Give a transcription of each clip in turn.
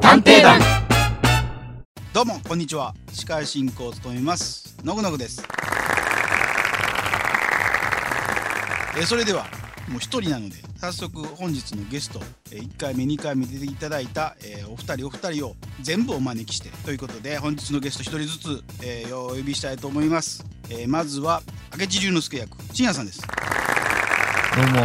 探偵団どうもこんにちは司会進行を務めますのぐのぐですえーそれではもう一人なので早速本日のゲスト、え1回目2回目出ていただいた、えーお二人お二人を全部お招きしてということで本日のゲスト一人ずつ、えーお呼びしたいと思います、えーまずは明智龍之介役深夜さんですどうも、え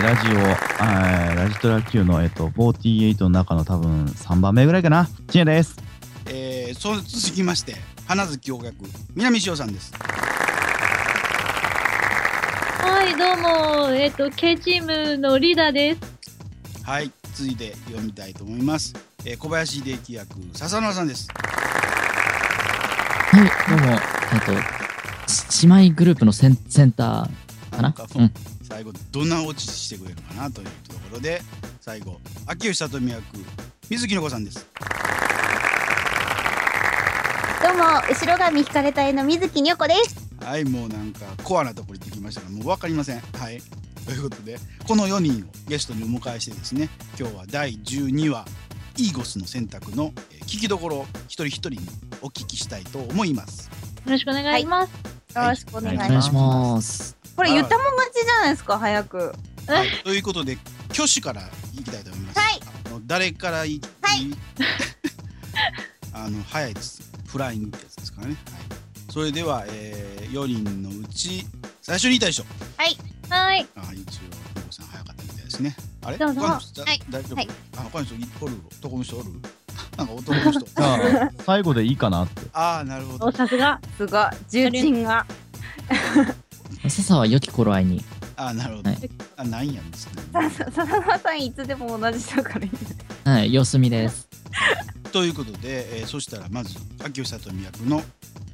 ーラジオ、あーラジトラ Q の、えっと、48の中の多分3番目ぐらいかな。ちんやです。えー、そう続きまして花月お客南塩さんですはい、どうも、えっ、と、K チームのリーダーです。はい続いて読みたいと思います、えー小林秀樹役笹野さんですはい、どうも、えっと、し姉妹グループのセンセンターかななんか、うん、最後どんなオチしてくれるかなというところで最後秋吉里美役水木の子さんですどうも後ろ髪引かれ隊の水木にょこですはいもうなんかコアなところ行ってきましたがもう分かりませんはいということでこの4人をゲストにお迎えしてですね今日は第12話「イーゴスの選択」のえー聞きどころを一人一人にお聞きしたいと思いますよろしくお願いします。はいよろしくお願いしおます、願いします。これ言ったもん勝ちじゃないですか早くはい、ということで挙手からいきたいと思います。はいあの誰からいき、はいい、 あの早いです。フライングってやつですからね。はい、それでは、えー、4人のうち最初に言いたい人。はい、あ一応久保さん早かったみたいですね。あれ？どうぞ他の人だはい大丈夫？はいあ他の人おる？男の人おる？なんか男の人。じゃあ、最後でいいかなって。 ああなるほおど。さすが。すごい重鎮が笹は良き頃合いに。ああなるほど。はいあないんやんですね。ささだまさんいつでも同じだからいいはい、様子見です。ということで、えー、そしたらまず秋吉里美役の、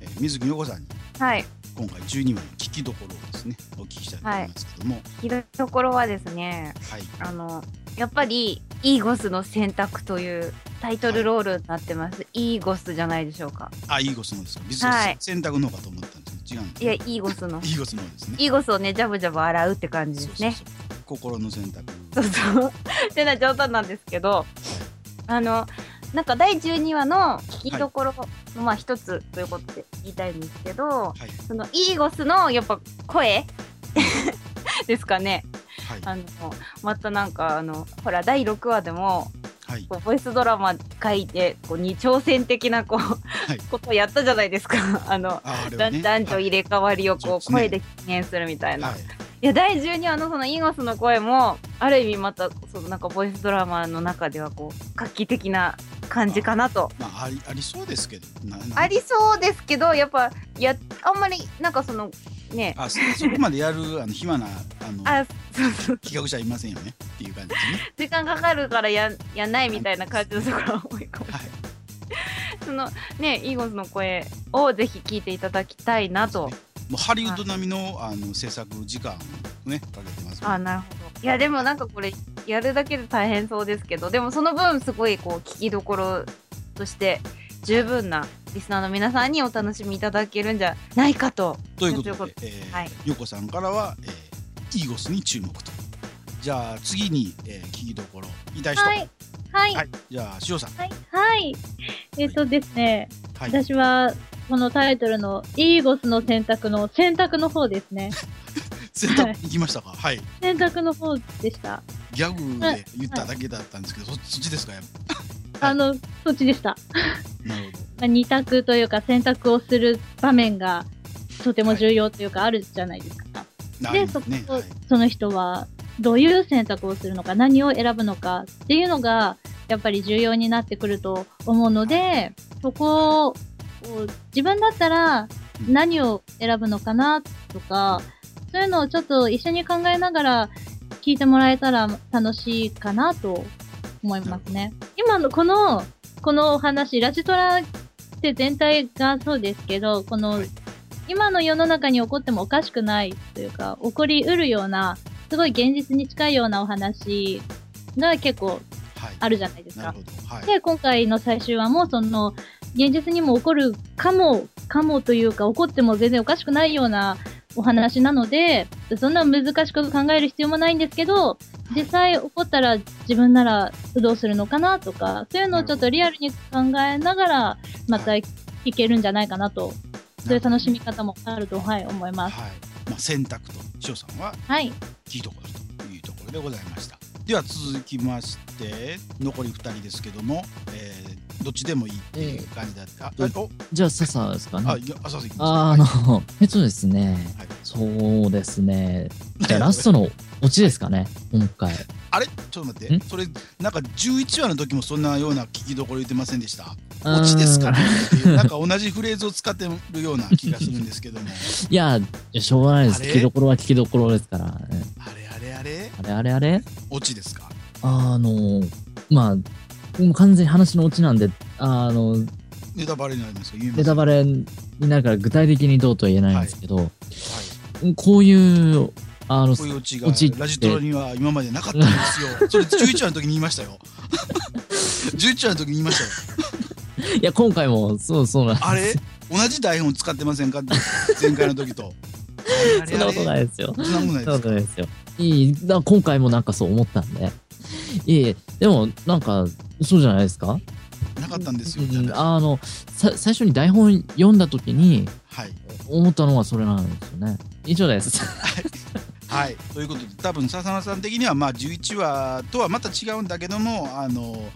えー、水木陽子さんに。はい今回12話の聞きどころをですねお聞きしたいと思いますけども、聞きどころはですねはいあのやっぱりイーゴスの選択というタイトルロールになってます、イーゴスじゃないでしょうかあいいご質問ですか別はにい選択の方かと思ったんですけど違うんですいやイーゴスのいいご質問ですねイーゴスをねジャブジャブ洗うって感じですねそうそうそう心の選択そうそう。ってな冗談なんですけど、あの、なんか第12話の聞きどころの、まあ一つということで言いたいんですけど、はいそのイーゴスのやっぱ声 ですかね。はいあの、またなんかあの、ほら第6話でも、はいこうボイスドラマ書いて、こうに挑戦的なこう、いことをやったじゃないですか。あの、ああれはね男女入れ替わりをそうでこすうね声で表現するみたいなはい、。いや第12話のそのイーゴスの声もある意味またそのなんかボイスドラマの中ではこう画期的な感じかなとまあありありそうですけどななありそうですけどやっぱやあんまりなんかそのねあそそこまでやるあの暇なあのあそうそう企画者いませんよねっていう感じですね時間かかるからややんないみたいな感じのところが多いかもはいそのねイーゴスの声をぜひ聞いていただきたいなともうハリウッド並みのあの制作時間をねかけてますもんあなるほどいやでもなんかこれやるだけで大変そうですけどでもその分すごいこう聞きどころとして十分なリスナーの皆さんにお楽しみいただけるんじゃないかとということでということ、えーはいヨコさんからは、えーイーゴスに注目と。じゃあ次に、えー、聞きどころ、いたい人。ははいい、、はい、はい、じゃあ、しおさん。はい。えっ、とですね、はい。私は、このタイトルのイーゴスの選択の選択の方ですね。選択行きましたか。はい。選択の方でした。ギャグで言っただけだったんですけど、そそっちですか。やっぱあの、そっちでした。なるほまあ、二択というか選択をする場面がとても重要というかあるじゃないですか。ど。なで、るそほこどね。はい。その人はどういう選択をするのか何を選ぶのかっていうのがやっぱり重要になってくると思うのでそこをこう自分だったらうん何を選ぶのかなとかそういうのをちょっと一緒に考えながら聞いてもらえたら楽しいかなと思いますね。今のこのこのお話ラジトラって全体がそうですけどこのはい今の世の中に起こってもおかしくないというか起こりうるようなすごい現実に近いようなお話が結構はい。あるじゃないですなかる。ほど。はい。で今回の最終話もその現実にも起こるかもかもというか起こっても全然おかしくないようなお話なのでそんな難しく考える必要もないんですけど実際起こったら自分ならどうするのかなとか、そういうのをちょっとリアルに考えながら、またいけるんじゃないかなと、そういう楽しみ方もあると、はい、思います。はいまあ、選択と翔さんははい。いいところというところでございましたでは続きまして残り2人ですけども、えーどっちでもいいっていう感じだった、あええおじゃあ、笹ですかね。あいやあそうそうあはいーあの、えっとですね、はいそうですね。じゃあ、ラストのオチですかね、今回。 あれちょっと待ってんそれなんか11話の時もそんなような聞きどころ言ってませんでした オチですかねっていうなんか同じフレーズを使ってるような気がするんですけ どもいや、しょうがないです。あれ聞きどころは聞きどころですから。ねあれあれあれあれあれあれオチですかあの、まあ、もう完全に話のオチなんで、あの、ネタバレになりますか言いますネタバレになるから具体的にどうとは言えないんですけど、はいこういう、あのこう、いうオチがオチってラジトラには今までなかったん ですよ。それ11話の時に言いましたよ。11話の時に言いましたよ。いや、今回も、そうそうなんあれ同じ台本使ってませんかって前回の時と。あれそんなことい。ないですよ。そんなことないそんなですことか。ないですよ。いい、だから今回もなんかそう思ったんで。いえいえ、でも、なんか、そうじゃないですかなかったんですよ。うんあの、さ最初に台本読んだ時に、はい。思ったのはそれなんですよね。以上です。 はい。ということで多分笹野さん的にはまあ11話とはまた違うんだけどもあの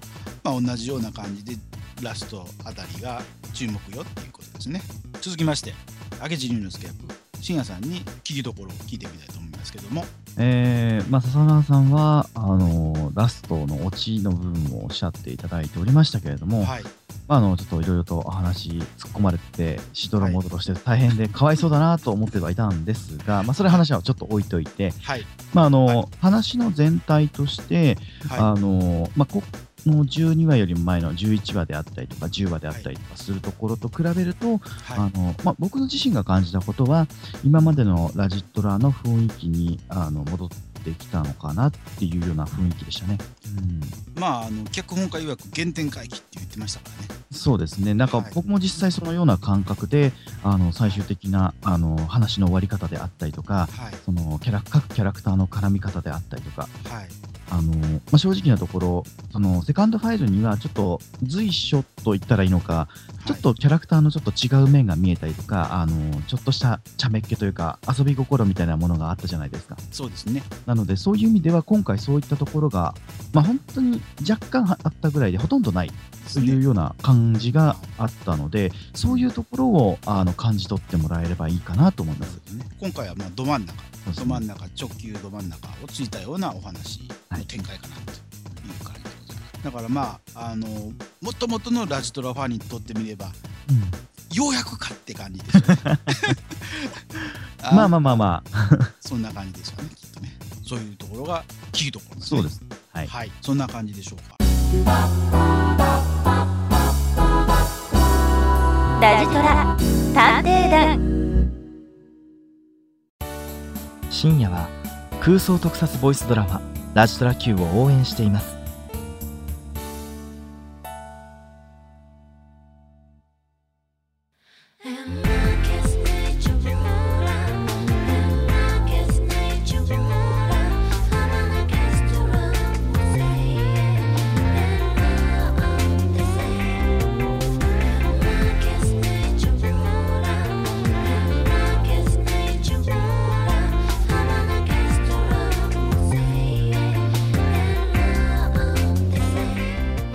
まあ同じような感じでラストあたりが注目よっていうことですね。続きまして明智龍之介役深夜さんに聞きどころを聞いてみたいと思いますけども。えーまあ、笹川さんはあのラストのオチの部分をおっしゃっていただいておりましたけれども、はい。まあ、あのちょっといろいろとお話突っ込まれてしどろもどろして大変でかわいそうだなと思ってはいたんですが、まあ、それ話はちょっと置いといて、はい。まああのはい話の全体として、はい。あのまあ、この12話よりも前の11話であったりとか10話であったりとかするところと比べると、はあのまあ、僕自身が感じたことは今までのラジトラの雰囲気にあの戻ってきたのかなっていうような雰囲気でしたね。うんい、まああの脚本家曰く原点回帰って言ってましたからね。そうですねなんかはい僕も実際そのような感覚であの最終的なあの話の終わり方であったりとかはいそのキャラ各キャラクターの絡み方であったりとかはいあの、まあ、正直なところそのセカンドファイルにはちょっと随所と言ったらいいのかちょっとキャラクターのちょっと違う面が見えたりとか、あのちょっとした茶目っ気というか、遊び心みたいなものがあったじゃないですか。そうですね。なので、そういう意味では、今回そういったところが、まあ、本当に若干あったぐらいで、ほとんどないというような感じがあったので、そういうところをあの感じ取ってもらえればいいかなと思います。今回はまあど真ん中、ど真ん中中直球ど真ん中をついたようなお話はのい展開かなという感じでございます。だからまああのもともとのラジトラファンにとってみればようやくかって感じですよね。 まあまあまあまあ、あそんな感じですよねきっとね。そういうところが聞いところそうですす。はいね。はい、そんな感じでしょうか。ラジトラ探偵団深夜は空想特撮ボイスドラマ「ラジトラ Q」を応援しています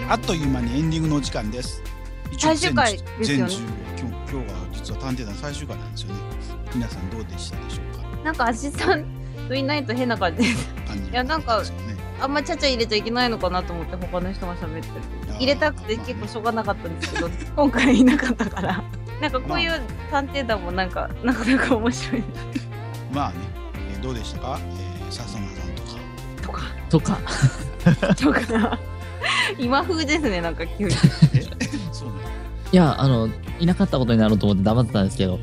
あっという間にエンディングのお時間です。一応最終回です全10よね今日今日は実は探偵団最終回なんですよね。皆さんどうでしたでしょうか。なんかアシスタントいないと変な感じです感じいやなんかですよね あんまちゃちゃ入れちゃいけないのかなと思って他の人が喋ってるあー入れたくて結構しょうがなかったんですけど今回いなかったからなんかこういう探偵団もなんかなかなか面白 いまあね、えーどうでしたか。えー、笹野さんとか。とかとか、とか今風ですねなんか急にそうね。いや、あの、いなかったことになろうと思って黙ってたんですけど、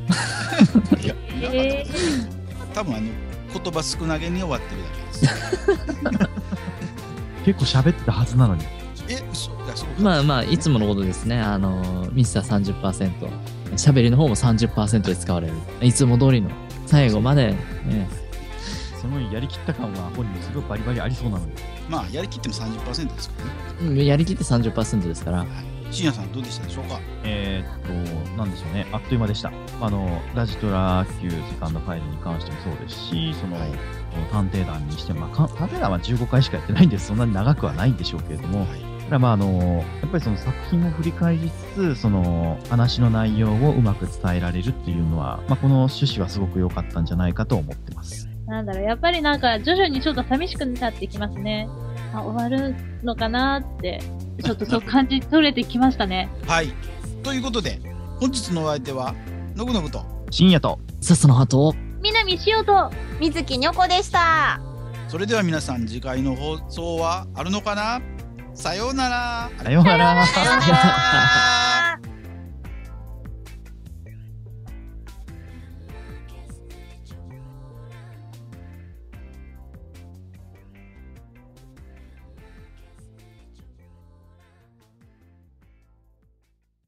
いや、いなかったことですよ多分あの言葉少なげに終わってるだ結構喋ってたはずなのに けです。え、そうだそうか。まあまあ、いつものことですね。あの、ミスター30%。喋りの方も30%で使われる。いつも通りの。最後まで、ね、そのやりきった感は本人すごいバリバリありそうなのでまあやりきっても30%ですからねうんやりきって30%ですから。深夜さんどうでしたでしょうかえーっと、なんでしょうね、あっという間でした。あの、ラジトラ Q セカンドファイルに関してもそうですし、その、はい探偵団にしても、まあか探偵団は15回しかやってないんです、そんなに長くはないんでしょうけれども、はいただまあ、あの、やっぱりその作品を振り返りつつ、その、話の内容をうまく伝えられるっていうのは、まあ、この趣旨はすごく良かったんじゃないかと思ってます。なんだろう、やっぱりなんか徐々にちょっと寂しくなってきますね。あ、終わるのかなって、ちょっとそう感じ取れてきましたね。はいということで本日のお相手はのぐのぐと深夜と、さっさのハートを南塩と、水木にょこでした。それでは皆さん次回の放送はあるのかなさようならさようなら。さようなら